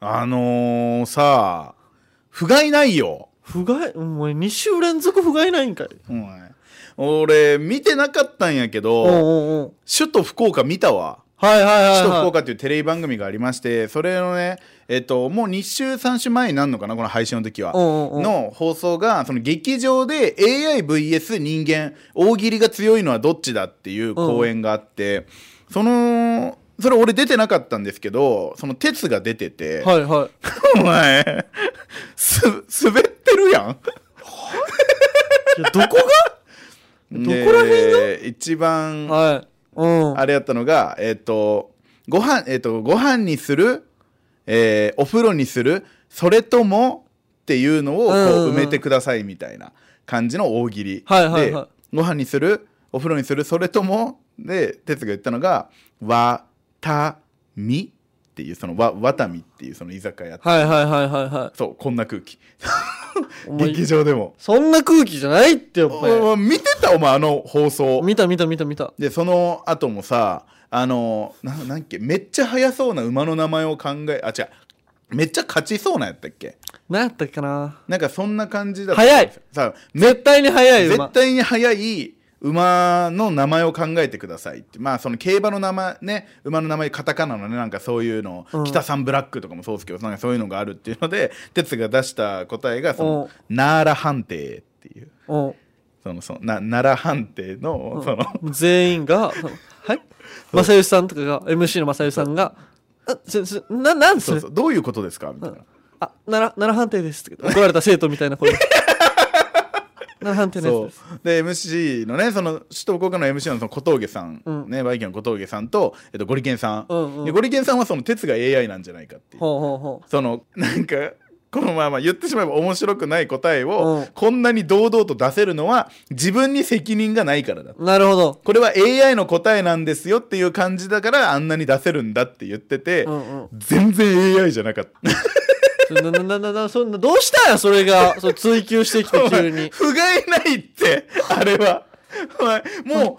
あのー、さあ、不甲斐ないよ。不甲斐、お前2週連続不甲斐ないんかい。お前俺、見てなかったんやけおうど、おうおう首都福岡見たわ。はいはいはい、はい。首都福岡っていうテレビ番組がありまして、それのね、えっと、もう2週、3週前になるのかな、この配信の時は。うんうんうんの放送が、その劇場で AIVS 人間、大喜利が強いのはどっちだっていう公演があって、その、それ俺出てなかったんですけど、その鉄が出てて、はいはい。お前、す、滑ってるやん。いやどこどこら辺で一番 がはい。うん。あれやったのが、えっ、と、ご飯、えっ、と、ご飯にする、えーお風呂にする、それともっていうのをこうんうんううん埋めてくださいみたいな感じの大喜利。はいはいはいで、ご飯にする、お風呂にする、それともで、哲が言ったのが、わ、た、みっていう、そのわ、わたみっていうその居酒屋。はいはいはいはいはそう、こんな空気。い。お前劇場でも。そんな空気じゃないって、お前。お見てたお前、あの放送。見た見た見た見た。でその後もさあのななんだっけめっちゃ速そうな馬の名前を考えあ違うめっちゃ勝ちそうなんやったっけ何やったっけな。なんかそんな感じだった早いさ絶対に速い馬絶。対に速い馬の名前を考えてくださいってまあその競馬の名前ね馬の名前カタカナのねなんかそういうの、うん北さんブラックとかもそうですけどなんかそういうのがあるっていうので哲が出した答えがそおのうナーラ判定っていううん。そのそのな奈良判定の、その全員が、はい正義さんとかが、MC の正義さんが、あすすな、なんそそうれそうどういうことですかみたいな。あ、奈良、奈良判定ですって怒られた生徒みたいな 声。奈良判定のそやうつです。で MC のねその首都福岡の MC のその小峠さん、うんねバイキングの小峠さんと、えっと、ゴリケンさん、うんうんでゴリケンさんはその鉄が AI なんじゃないかっていうほうほうほそのなんかこのまま言ってしまえば面白くない答えを、うんこんなに堂々と出せるのは自分に責任がないからだう。なるほど。これは AI の答えなんですよっていう感じだからあんなに出せるんだって言ってて、うんうん全然 AI じゃなかったそなななななそんなどうしたんやそれがそう追求してきて急に不甲斐ないって、あれは。お前もう、もう、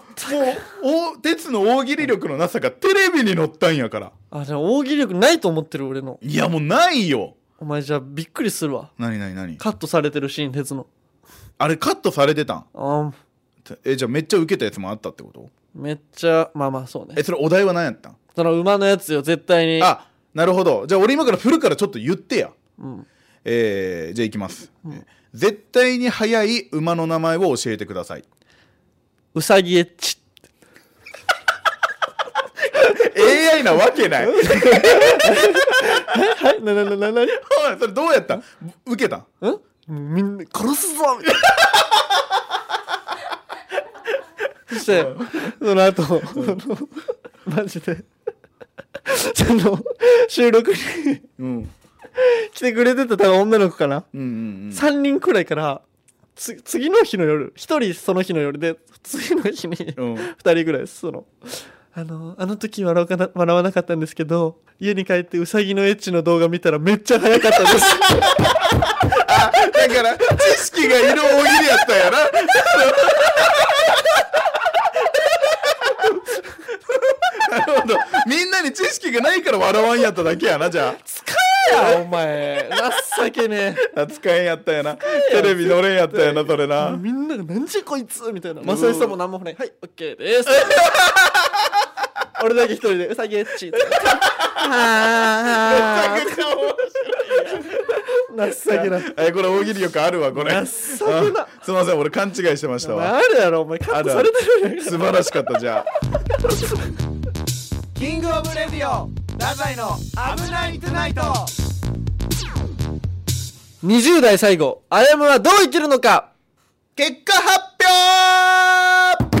お、鉄の大喜利力のなさがテレビに乗ったんやから。あじゃあ大喜利力ないと思ってる俺のいや、もうないよ。お前じゃあびっくりするわなになになにカットされてるシーン鉄のあれカットされてたんあーえ、じゃあめっちゃ受けたやつもあったってことめっちゃまあまあそうねえ、それお題は何やったんその馬のやつよ絶対にあ、なるほど。じゃあ俺今から振るからちょっと言ってや。うん、えー、じゃあいきます。絶対に速い馬の名前を教えてください。 うさぎエッチ AI なわけない。 おい、はいなななななにそれどうやったん受けたんんみんな殺すぞみたいなそしてその後そのマジでその収録にうん。来てくれてた多分女の子かなうんうん3人くらいからつ次の日の夜1人その日の夜で次の日に2うん。うん。人ぐらいですそのあのあの時笑わかな笑わなかったんですけど家に帰ってウサギのエッチの動画見たらめっちゃ早かったですだから知識がいる大喜利やったんやななるほどみんなに知識がないから笑わんやっただけやなじゃいや お前情けねあ扱えんやったんやなテレビ乗れんやったんやなそれえなみんなが「なんじゃこいつ」みたいなん正義さんも何も触れん「はいオッケー です」俺だけ一人で「ウサギエッチ」ってはあ 情けなえこれ大喜利よくあるわこれ情けなあすいません俺勘違いしてましたわあるやろお前カットされてるやん素晴らしかったじゃあキングオブレディオダザイの危ないトゥナイト20代最後、あやむはどう生きるのか結果発表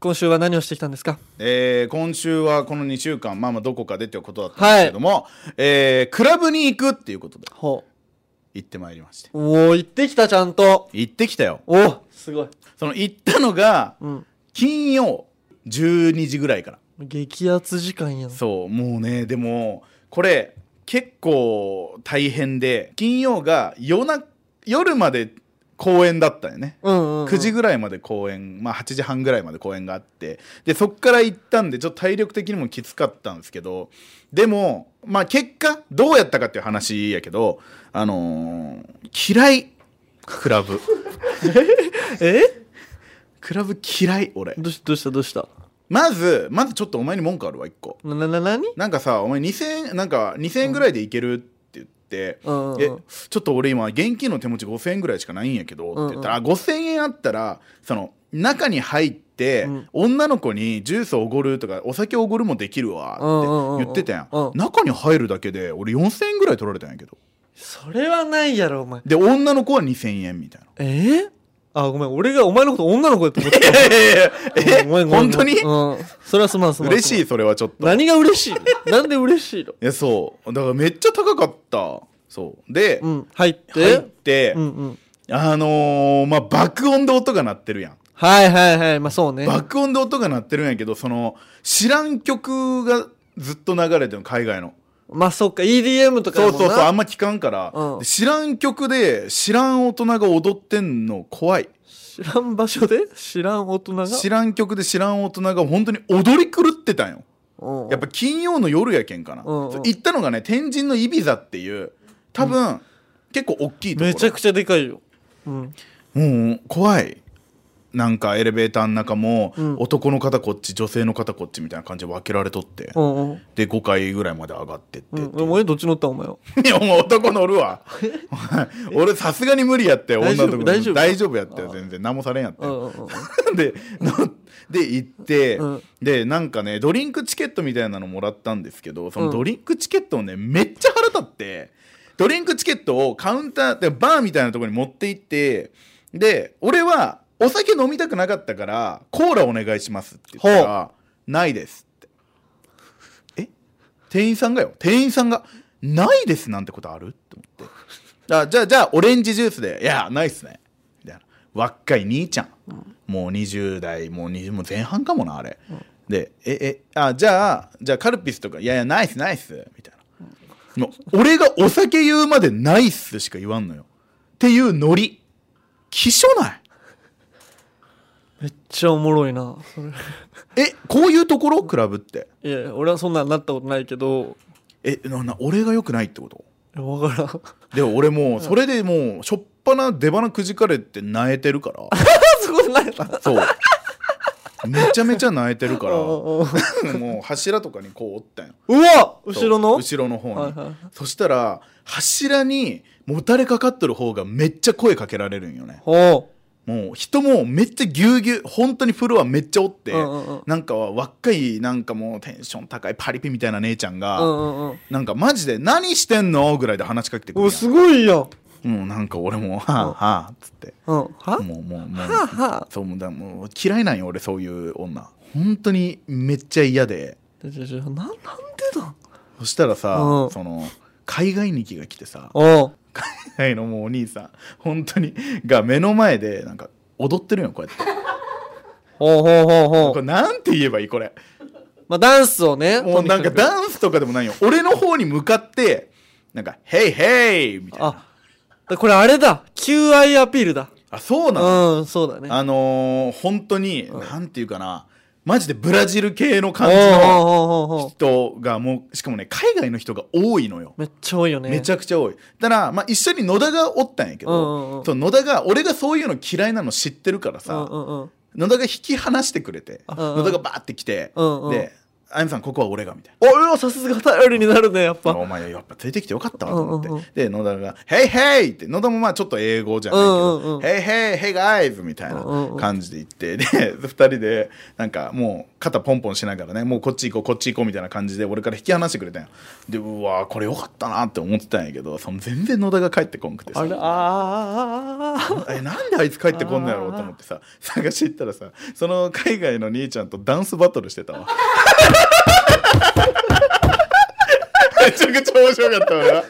今週は何をしてきたんですかえー今週はこの2週間まあまあどこかでということだったんですけども、えークラブに行くっていうことでほ行ってまいりましてう。おー、行ってきた、ちゃんと。行ってきたよおーすごい。その行ったのがうん。金曜12時ぐらいから激アツ時間やん。そうもうねでもこれ結構大変で金曜が夜な夜まで公演だったよね、うんうんうん9時ぐらいまで公演、まあ、8時半ぐらいまで公演があってでそっから行ったんでちょっと体力的にもきつかったんですけどでも、まあ、結果どうやったかっていう話やけど、あのー嫌いクラ ブえクラブ嫌い俺どうしどうしたどうしたまずまずちょっとお前に文句あるわ1個ななな何なんかさお前2000円なんか2000円ぐらいでいけるって言って、うんうんえちょっと俺今現金の手持ち5000円ぐらいしかないんやけどって言ったら、あ5000円あったらその中に入って、ん女の子にジュースおごるとかお酒おごるもできるわうんうんうんうって言んってたやん,、うん中に入るだけで俺4000円ぐらい取られたんやけどそれはないやろお前で女の子は2000円みたいなえー、あごめん俺がお前のこと女の子だと思ってたえごめんごめ本ん当にうんそれはすまんすま ん嬉しいいそれはちょっと何が嬉しいのなんで嬉しいのいやそうだからめっちゃ高かったそうで、うん入って入って、うんうんあのーまあ爆音で音が鳴ってるやんはいはいはいまあそうね爆音で音が鳴ってるんやけどその知らん曲がずっと流れてるの海外のまあそっか EDM とかそやうもんそうそうあなんま聞かんから、うんで知らん曲で知らん大人が踊ってんの怖い知らん場所で知らん大人が知らん曲で知らん大人が本当に踊り狂ってたんようんやっぱ金曜の夜やけんかな、うんうんそう行ったのがね天神のイビザっていう多分、結構大きいところめちゃくちゃでかいようんもう怖いなんかエレベーターの中も、うん男の方こっち女性の方こっちみたいな感じで分けられとって、うんうんで5階ぐらいまで上がってって、うん、お前どっち乗ったお前は。いやお前男乗る わ俺さすがに無理やって大丈女夫の子大丈夫大丈夫やったよ全然何もされんやったうよんうんうん。でので行って、うんでなんかねドリンクチケットみたいなのもらったんですけどそのドリンクチケットをねめっちゃ腹立ってドリンクチケットをカウンターでバーみたいなところに持って行ってで俺はお酒飲みたくなかったからコーラお願いしますって言ったら「ないです」ってえ店員さんがよ店員さんが「ないです」なんてことあるって思ってあじゃあじゃあオレンジジュースで「いやないっすね」みたいな若い兄ちゃん、もう20代もう20もう前半かもなあれ、で「ええあじゃあじゃあカルピスとかいやいやないっすないっす」みたいな、もう俺がお酒言うまで「ないっす」しか言わんのよっていうノリ気象ないめっちゃおもろいな。それえこういうところクラブっていやいや、俺はそんなんなったことないけど、えなな俺が良くないってこといやわからん。あで俺もうそれでもうしょっぱな出鼻くじかれて泣えてるから そこないな。そうめちゃめちゃ泣えてるからうんう んもう柱とかにこうおったんようわ後ろの後ろの方に、はいはいそしたら柱にもたれかかってる方がめっちゃ声かけられるんよねほもう人もめっちゃぎゅうぎゅう本当にフロアめっちゃおって、うんうんうんなんかは若いなんかもうテンション高いパリピみたいな姉ちゃんう。が、うんうんうん。なんかマジで「何してんの?」ぐらいで話しかけてくるお、やすごいやん。んもうなんか俺も「はあはあ」っつってうん。はもうもうもうはあはあそうもうだもう嫌いなんよ俺そういう女本当にめっちゃ嫌でじゃじゃじゃ、なん、なんでだそしたらさ、うんその海外に気が来てさおう。海外のもうお兄さん本当にが目の前でなんか踊ってるよこうやってほうほうほうほこれう。なんて言えばいいこれまあ、ダンスをね。もうなんかとにくダンスとかでもないよ俺の方に向かってなんか「ヘイヘイ!」みたいなああ、だこれあれだ。求愛アピールだ。そうなの、うん、そうだね。あのー本当に、なんていうかなマジでブラジル系のお感うじのおうおうおうおう人がもうしかもね海外の人が多いのよめっちゃ多いよね。めちゃくちゃ多いただまあ、一緒に野田がおったんやけうんうんど、うんそう野田が俺がそういうの嫌いなの知ってるからうんさ、うんうん。野田が引き離してくれて、うんうん野田がバーって来て、うんうんで「あゆみさんここは俺が」みたいな。おうわさすが頼りになるねやっぱお前やっぱ連れてきてよかったわと思って、うんうんうんで野田が「ヘイヘイ!」って野田もまあちょっと英語じゃないけうんうんうど「んヘイヘイヘイガイズ!」みたいなうんうん感じで言ってで2人でなんかもう肩ポンポンしながらねもうこっち行こうこっち行こうみたいな感じで俺から引き離してくれたんよでうわーこれよかったなって思ってたんやけどその全然野田が帰ってこんくてさあれあーあーあーあーえなんであいつ帰ってこんのやろうと思ってさ探していったらさその海外の兄ちゃんとダンスバトルしてた わめちゃくちゃ面白かったわ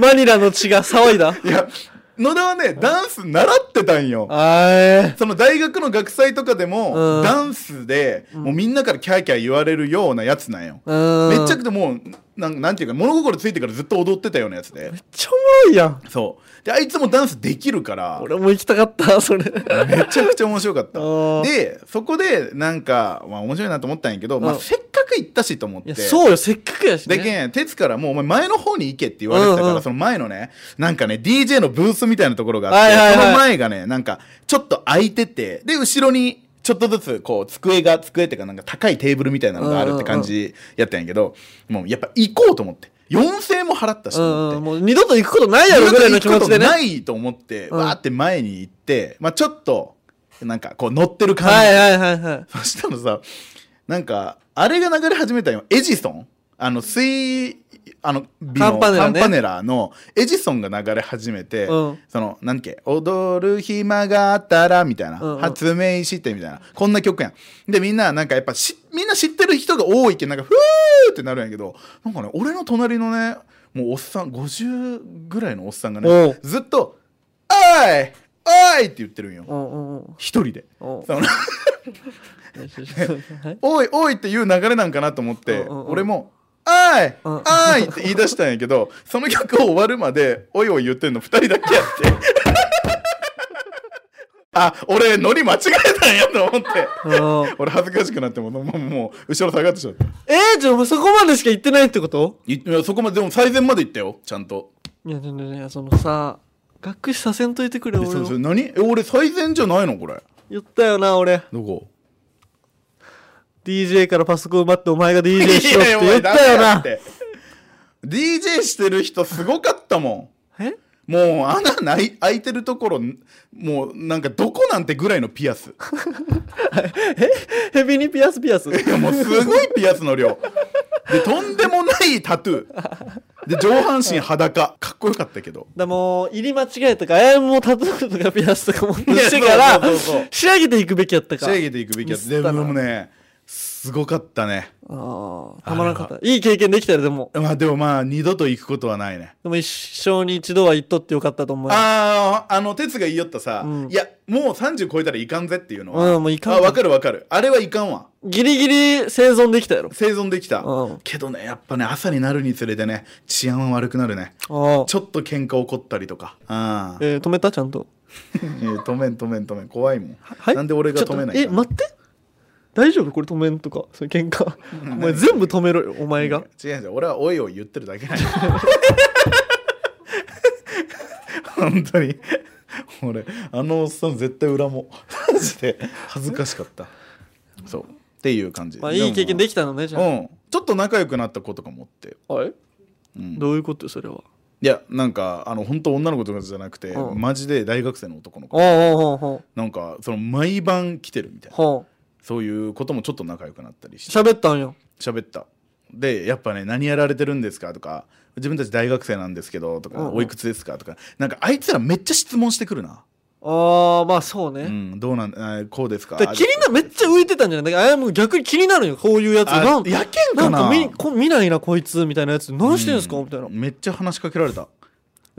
マニラの血が騒 いだいや野田はねダンス習ってたんよあえその大学の学祭とかでも、うんダンスでもうみんなからキャーキャー言われるようなやつなんよ、うんめっちゃくちゃもうなんなんていうか物心ついてからずっと踊ってたようなやつでめっちゃおもろいやんそうであいつもダンスできるから俺も行きたかったそれめちゃくちゃ面白かっ あたーでそこでなんか、まあ、面白いなと思ったんやけど、まあ、うんせっかく行ったしと思っいてやそうよせっかくやしねだけん、鉄からもうお前前の方に行けって言われてたから、うんうんその前のね、なんかね、DJ のブースみたいなところがあって、はいはいはいその前がね、なんか、ちょっと空いてて、で、後ろに、ちょっとずつ、こう、机が、机っていうか、なんか高いテーブルみたいなのがあるって感じやったんやけど、もうやっぱ行こうと思って。4000円も払ったしうとん思ってうん、。もう二度と行くことないやろぐらいの気持ち行くことでねないと思って、うんわーって前に行って、まあちょっと、なんかこう乗ってる感じ。はいはいはいはい そしたらさ、なんか、あれが流れ始めたよ。エジソンあの、水、あの、美カのンパネラカンねパネラのエジソンが流れ始めて、うんその、なんっけ、踊る暇があったら、みたいな、うんうん発明して、みたいな、こんな曲やん。で、みんな、なんかやっぱし、みんな知ってる人が多いけん、なんか、ふーってなるんやけど、なんかね、俺の隣のね、もうおっさん、50ぐらいのおっさんがおうね、ずっと、おいおいって言ってるんよ。うんうんうん一人で。おそのおいおいっていう流れなんかなと思って、うんうんうん俺も「あいうんあい!」って言い出したんやけど その曲を終わるまで「おいおい」言ってんの2人だけやって あ俺ノリ間違えたんやと思ってうん俺恥ずかしくなってもうもうもう後ろ下がってしまったえー、じゃあお前そこまでしか行ってないってこといいやそこまででも最前まで行ったよちゃんといやいやいやいやそのさがっくりさせんといてくれで俺そうそうを何え俺最前じゃないのこれ言ったよな俺どこ DJ からパソコン奪ってお前が DJ しろいってやお言前ったダメよだっなて DJ してる人すごかったもんえもう穴ない開いてるところもうなんかどこなんてぐらいのピアスヘビにピアスピアスいやもうすごいピアスの量でとんでもないタトゥーで上半身裸かっこよかったけどだもう入り間違えとかあやもうタトゥーとかピアスとか持ってしてかいやそうそらうそうそう仕上げていくべきやったか仕上げていくべきやつでミスったなもねすごかったねああたまらなかったいい経験できたよでもまあでもまあ二度と行くことはないねでも一生に一度は行っとってよかったと思うあああの哲が言いよったさ、うんいやもう30超えたらいかんぜっていうのは、うんもういかんあわかるわかるあれはいかんわギリギリ生存できたやろ生存できた、うんけどねやっぱね朝になるにつれてね治安は悪くなるねああちょっと喧嘩起こったりとか。ああ。えー、止めたちゃんとえー止めん止めん止めん。怖いもん。はいなんで俺が止めないちょっとえ待って大丈夫これ止めんとかそれ喧嘩お前全部止めろよお前が違う違う。俺はおいおい言ってるだけなん や本当に。俺、あのおっさん絶対裏も。マジで。恥ずかしかった。そう。っていう感じ。まあいい経験でききたのねじた。ゃうん。ちょっと仲良くなった子とかもおって。あはいうんどういうことよそれははいや、なんか、あの、本当女の子とかじゃなくて、うんマジで大学生の男のあ子。あああああなんか、その、毎晩来てるみたいな。はあそういうこともちょっと仲良くなったりして。喋ったんよ喋ったでやっぱね何やられてるんですかとか自分たち大学生なんですけどとか、うんうんおいくつですかとかなんかあいつらめっちゃ質問してくるな、ああまあそううね、ん、どうなんあこうですかだから気になめっちゃ浮いてたんじゃないだからあやも逆に気になるよこういうやつあなんやけんかなんなか見こ見ないなこいつみたいなやつ何してんすか、みたいなめっちゃ話しかけられた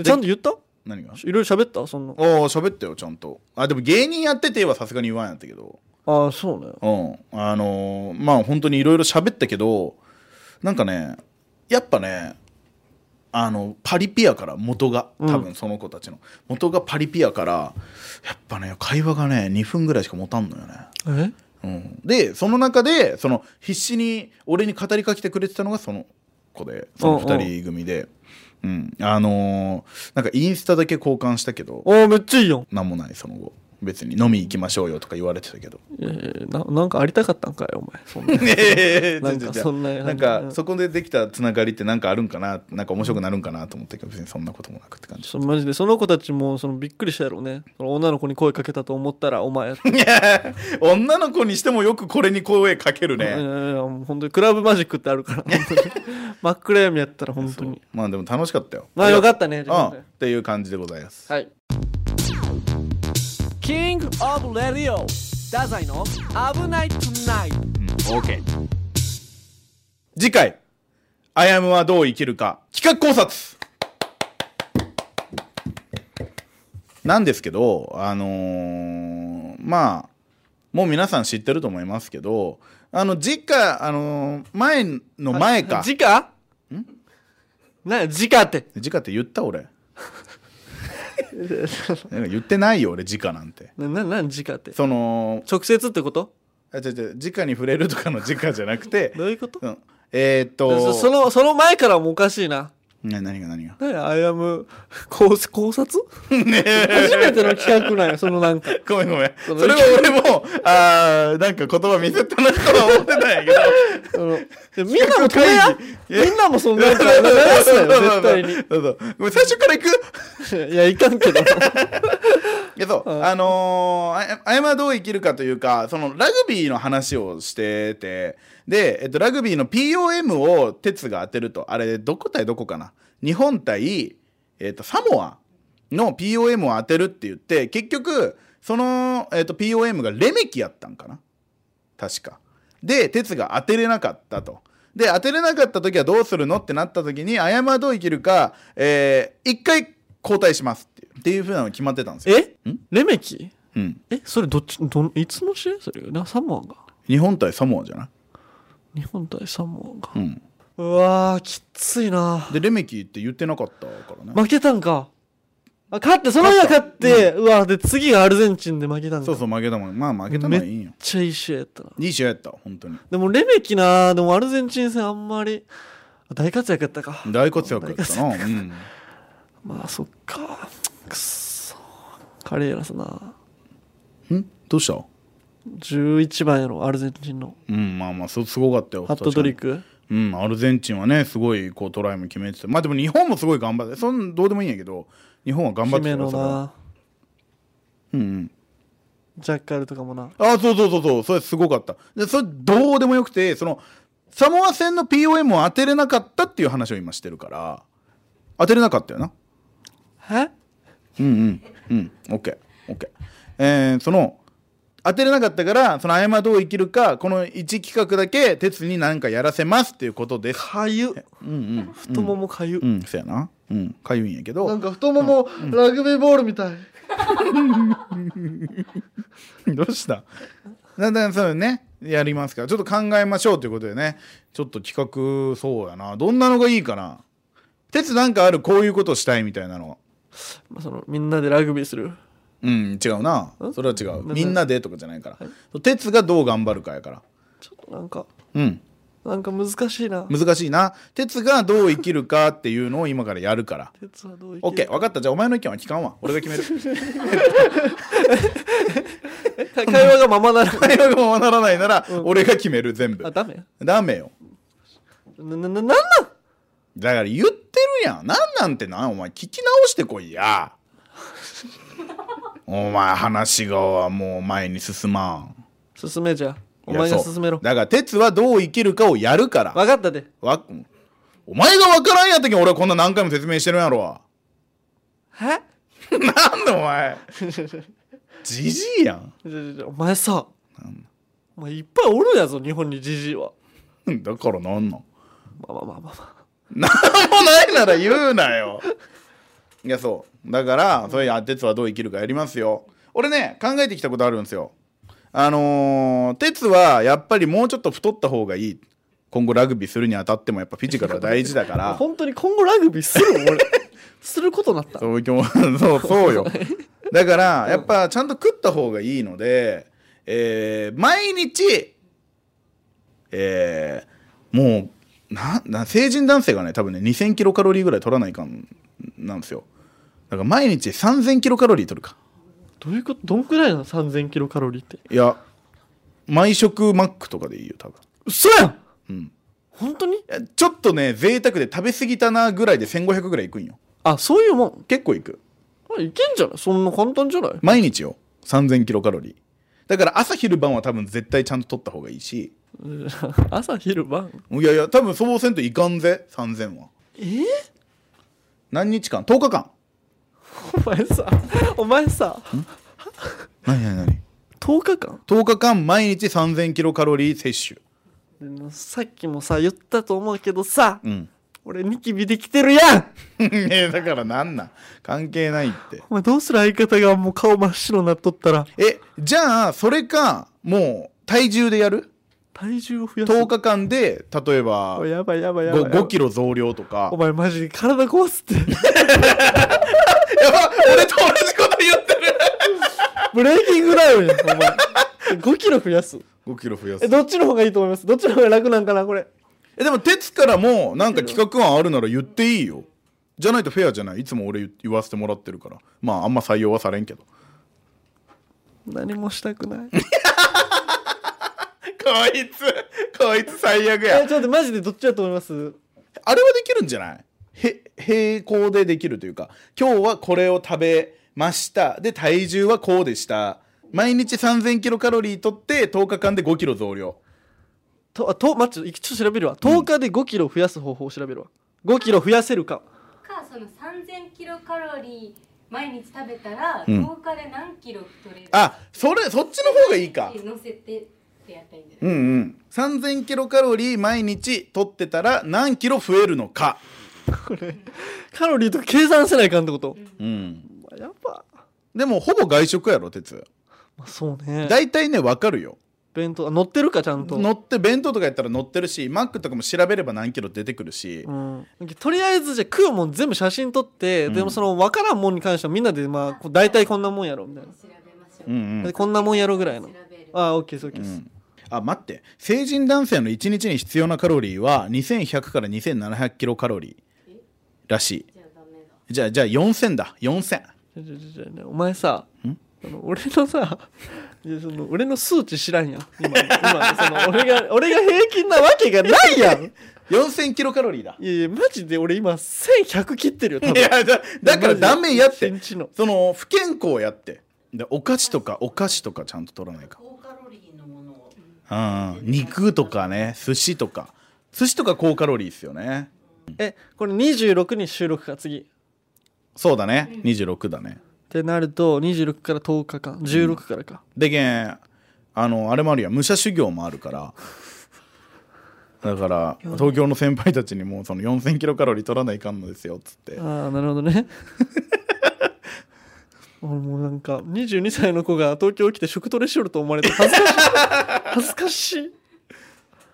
ちゃんと言ったい何があろいろ喋ったそんなあ喋ったよちゃんとあでも芸人やってて言えばさすがに言わんやったけどああそうねうんあのーまあ本当にいろいろ喋ったけどなんかねやっぱねあのパリピアから元が多分その子たちの、元がパリピアからやっぱね会話がね2分ぐらいしか持たんのよね、うえん、でその中でその必死に俺に語りかけてくれてたのがその子でその2人組で、うん、あのーなんかインスタだけ交換したけどああめっちゃいいよなんもないその後別に飲み行きましょうよとか言われてたけどいやいやななんかありたかったんかいお前そんなななんかそんななんうかんそこでできたつながりってなんかあるんかななんか面白くなるんかなと思ったけど別にそんなこともなくって感じそうマジでその子たちもそのびっくりしたやろうねその女の子に声かけたと思ったらお前やって、いや 女の子にしてもよくこれに声かけるいやいね、やいやもう本当にクラブマジックってあるから本当に 真っ暗闇やったら本当にまあでも楽しかったよまあよかっったねうんっていう感じでございますはいキングオブレディオダザイの危ないトゥナイト次回「アヤムはどう生きるか」企画考察なんですけどあのーまあもう皆さん知ってると思いますけどあの次回あのー前の前か次回な、直って。直って言った俺なんか言ってないよ俺直なんてな、な、な、直って。その直接ってことあ違う違う直に触れるとかの直じゃなくてどういうことうんえー、っとそその、その前からもおかしいな。な何が何が何アイアム考考察初めての企画なんよそのなんかごめんごめんそそのれは俺もあーなんか言葉ミスったなとは思ってたんやけどそのみんなも止め や議みんなもそんなんから流すなよ絶対にそうそうごめん最初から行くいやいかんけどいやそう、あのーああやまはどう生きるかというかそのラグビーの話をしててで、えっと、ラグビーの POM を哲が当てるとあれどこ対どこかな日本対、えっと、サモアの POM を当てるって言って結局その、えっと、POM がレメキやったんかな確か。で哲が当てれなかったと。で当てれなかった時はどうするのってなった時にあやまはどう生きるか、えー一回交代しますっていうっていうふうなのが決まってたんですよ。 えんレメキうん、えそれどっちどんいつの試合それなサモアが日本対サモアじゃない、日本対サモアうがん、うわーきっついなでレメキって言ってなかったからね、負けたんかあ勝ってその日は勝ってうわで次がアルゼンチンで負けたんかそうそう負けたもんまあ負けたのめはいいっよちゃいい試合やったないい試合やった本当にでもレメキなでもアルゼンチン戦あんまり大活躍やったか大活躍やったな、うん、まあそっかくっそカレーラスなんどうした11番やろアルゼンチンのうんまあまあそすごかったよハットトリック確かにうんアルゼンチンはねすごいこうトライも決めててまあでも日本もすごい頑張ってそんどうでもいいんやけど日本は頑張ってた姫野それはなうんうんジャッカルとかもなあそうそうそうそうそれすごかったでそれどうでもよくてそのサモア戦の POM を当てれなかったっていう話を今してるから当てれなかったよなえうんうんうんオッケーオッケーえー、その当てれなかったからその誤りどう生きるかこの1企画だけ鉄に何かやらせますっていうことですかゆうんうん太ももかゆうんそやなうんかゆいんやけどか太ももラグビーボールみたい どうしただんだんそうねやりますからちょっと考えましょうということでねちょっと企画そうやなどんなのがいいかな鉄なんかあるこういうことしたいみたいなのまあそのみんなでラグビーするうん違うなそれは違うみんなでとかじゃないから鉄がどう頑張るかやからちょっとなんかうんなんか難しいな難しいな鉄がどう生きるかっていうのを今からやるから鉄はどういオッケー分かったじゃあお前の意見は聞かんわ俺が 決める会話がままならな会い話がままならないなら俺が決める全部あダメダメよななななんなんだから言ってるやんなんなんてなお前聞き直してこい やお前話がもう前に進まん進めじゃあおいや前がそう進めろだから鉄はどう生きるかをやるから分かったでわお前が分からんやったけん俺はこんな何回も説明してるんやろ えなんだお 前じじいやんじゃじゃじゃお前さお前いっぱいおるやぞ日本にじじいはだからなん なんまあまあまあまあまあなんもないなら言うなよいやそうだからそういう鉄はどう生きるかやりますよ俺ね考えてきたことあるんですよあのー、鉄はやっぱりもうちょっと太った方がいい今後ラグビーするにあたってもやっぱフィジカルは大事だから本当に今後ラグビーするの 俺することになったそういう気もそう そう よだからやっぱちゃんと食った方がいいので、えー毎日えーもうなな成人男性がね多分ね2000キロカロリーぐらい取らないかんなんですよだから毎日3000キロカロリー取るかどういうことどんくらいなの3000キロカロリーっていや毎食マックとかでいいよ多分嘘やんうん本当にいやちょっとね贅沢で食べ過ぎたなぐらいで1500ぐらいいくんよあそういうもん結構いくあいけんじゃないそんな簡単じゃない毎日よ3000キロカロリーだから朝昼晩は多分絶対ちゃんと取った方がいいし 朝昼晩いやいや多分そうせんといかんぜ3000はえー、何日間10日間お前さお前さ何何何10日間10日間毎日3000キロカロリー摂でもさっきもさ言ったと思うけどさ、取うん 俺ニキビできてるやんねえだからなんなん関係ないってお前どうする相方がもう顔真っ白になっとったらえじゃあそれかもう体重でやる体重を増やす10日間で例えばおやばいやばいやばい 5, 5キロ増量とかお前マジで体壊すってやば 俺と同じこと言ってるブレイキングダウンやんお前5キロ増やす5キロ増やすえどっちの方がいいと思いますどっちの方が楽なんかなこれえでも鉄からもなんか企画案あるなら言っていいよじゃないとフェアじゃないいつも俺言言わせてもらってるからまああんま採用はされんけど何もしたくないこいつこいつ最悪えちょっとマジでどっちだと思いますあれはできるんじゃないへ並行でできるというか今日はこれを食べましたで体重はこうでした毎日3000キロカロリーとって10日間で5キロ増量とあと待ってちょっと調べるわ10日で5キロ増やす方法を調べるわ5キロ増やせるかかその3000キロカロリー毎日食べたらうん10日で何キロ取れる、あそれそっちの方がいいか乗せてってやったらいいんじゃうんうん3000キロカロリー毎日とってたら何キロ増えるのかこれカロリーと計算せないかんってこと、うんやっぱ、でもほぼ外食やろ鉄まあ、そうね大体ね分かるよ弁当あ乗ってるかちゃんと、乗って弁当とかやったら乗ってるしマックとかも調べれば何キロ出てくるしうん、とりあえずじゃあ食うもん全部写真撮って、うんでもその分からんもんに関してはみんなでまあこう大体こんなもんやろみたいないな、調べましょう、うんうんでこんなもんやろぐらいの調べるああオッケーですオッケーうです、んあ待って成人男性の1日に必要なカロリーは2100から2700キロカロリーらしじゃあダメだいじゃあじゃあ4000だ4000じゃじゃじゃじゃお前さんあの俺のさいやその俺の数値知らんやん今の今のその俺が俺が平均なわけがない やん4000キロカロリー だいやいやマジで俺今1100切ってるよ多い分やだだからダメやってマジで一日のその不健康やってでお菓子とかお菓子とかちゃんと取らないか高カロリーのものをうん肉とかね寿司とか寿司とか高カロリーですよねえこれ26に収録か次っそうだね26だねてなると26から10日間16からか、でけんあのあれもあるやん武者修行もあるからだから東京の先輩たちにもその4000キロカロリー取らないかんのですよっつってああなるほどね 俺もうなんか22歳の子が東京来て食トレしよると思われて恥ずかしい 恥ずかしい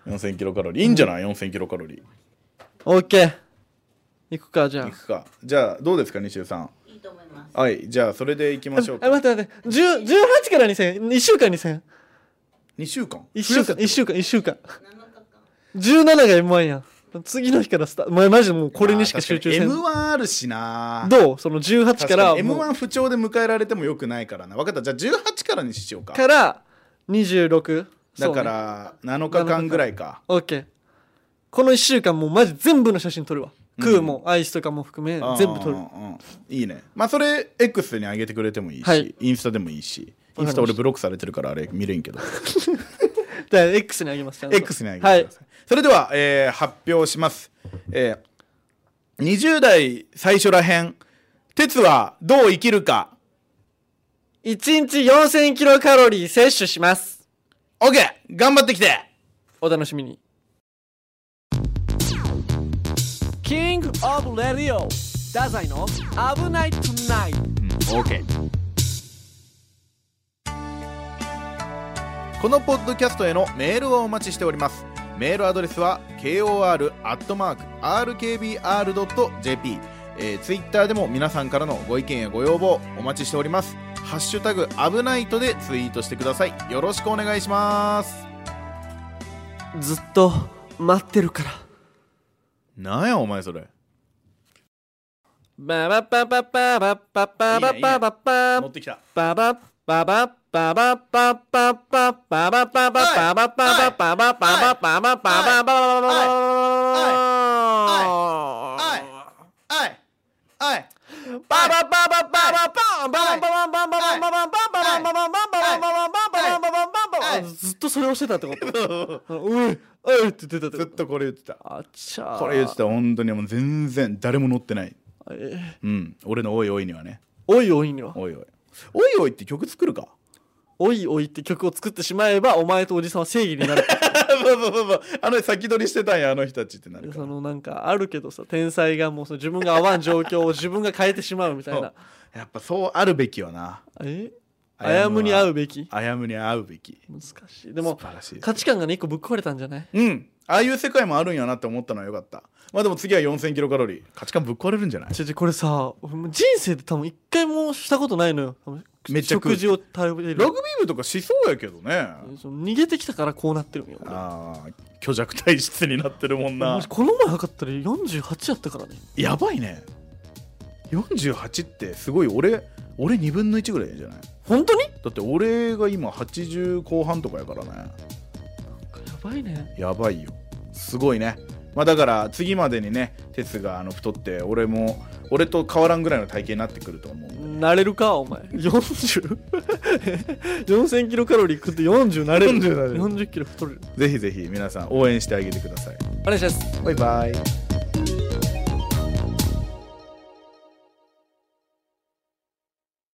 4000キロカロリーいいんじゃない、4000キロカロリーオッケー行くかじゃいあくかじゃあどうですか西尾さんいいと思います。はいじゃあそれでいきましょうあか待って待って10 18から2000 1週間2000 2週間1週間1一週間1週間7日間。 17が M1 やん次の日からスタートまマジでもうこれにしか集中せん、 M1 あるしなどうその18確からかにもう M1 不調で迎えられてもよくないからな分かったじゃあ18からにしようかから26だから7日間ぐらいかオッケーこの1週間もうマジ全部の写真撮るわうん食うもアイスとかも含め全部撮うるんうんうんいいねまあそれ X に上げてくれてもいいし、はいインスタでもいいしイわかンりスタました俺ブロックされてるからあれ見れん けどじゃあ X にあげますちゃんと X に上げてください、それでは、えー発表します、えー20代最初らへん鉄はどう生きるかはい、1日4000キロカロリー摂取します OK 頑張ってきてお楽しみに King of Radio 太宰の危ない Tonight このポッドキャストへのメールをお待ちしておりますメールアドレスは kor.rkbr.jp えー、ツイッターでも皆さんからのご意見やご要望お待ちしておりますハッシュタグアブナイトでツイートしてくださいよろしくお願いしますずっと待ってるからなんやお前それババババババババババババってきたバババババババババババババババババババババババババおいおいおいずっとそれをしてたってことおいおいって言ってたずっってこととこれ言ってたあちゃこれ言ってた本当にもう全然誰も乗ってないえうん俺の「おいおい」にはねおいおいにはおいおいおいおいって曲作るかおいおいって曲を作ってしまえばお前とおじさんは正義になるそうそうそうそうあの先取りしてたんやあの人たちってなるかそのなんかあるけどさ天才がもうその 自分が合わん状況を自分が変えてしまうみたいならやっぱそうあるべきよなえあやむに会うべきあやむに会うべき難しいでも素晴らしい価値観がね一個ぶっ壊れたんじゃないうんああいう世界もあるんやなって思ったのはよかったまあでも次は4000キロカロリー価値観ぶっ壊れるんじゃないちょちょこれさ俺もう人生で多分一回もしたことないのよ多分めっちゃ食う食事を食べるラグビー部とかしそうやけどねその逃げてきたからこうなってるんよ俺ああ虚弱体質になってるもんなマジこの前測ったら48やったからねやばいね48ってすごい俺俺2分の1ぐらいじゃない本当にだって俺が今80後半とかやからねやばいねやばいよすごいねまあだから次までにね哲があの太って俺も俺と変わらんぐらいの体型になってくると思うんでなれるかお前 40?4000 キロカロリー食って40なれる40なれる40キロ太れるぜひぜひ皆さん応援してあげてくださいお願いしますバイバイ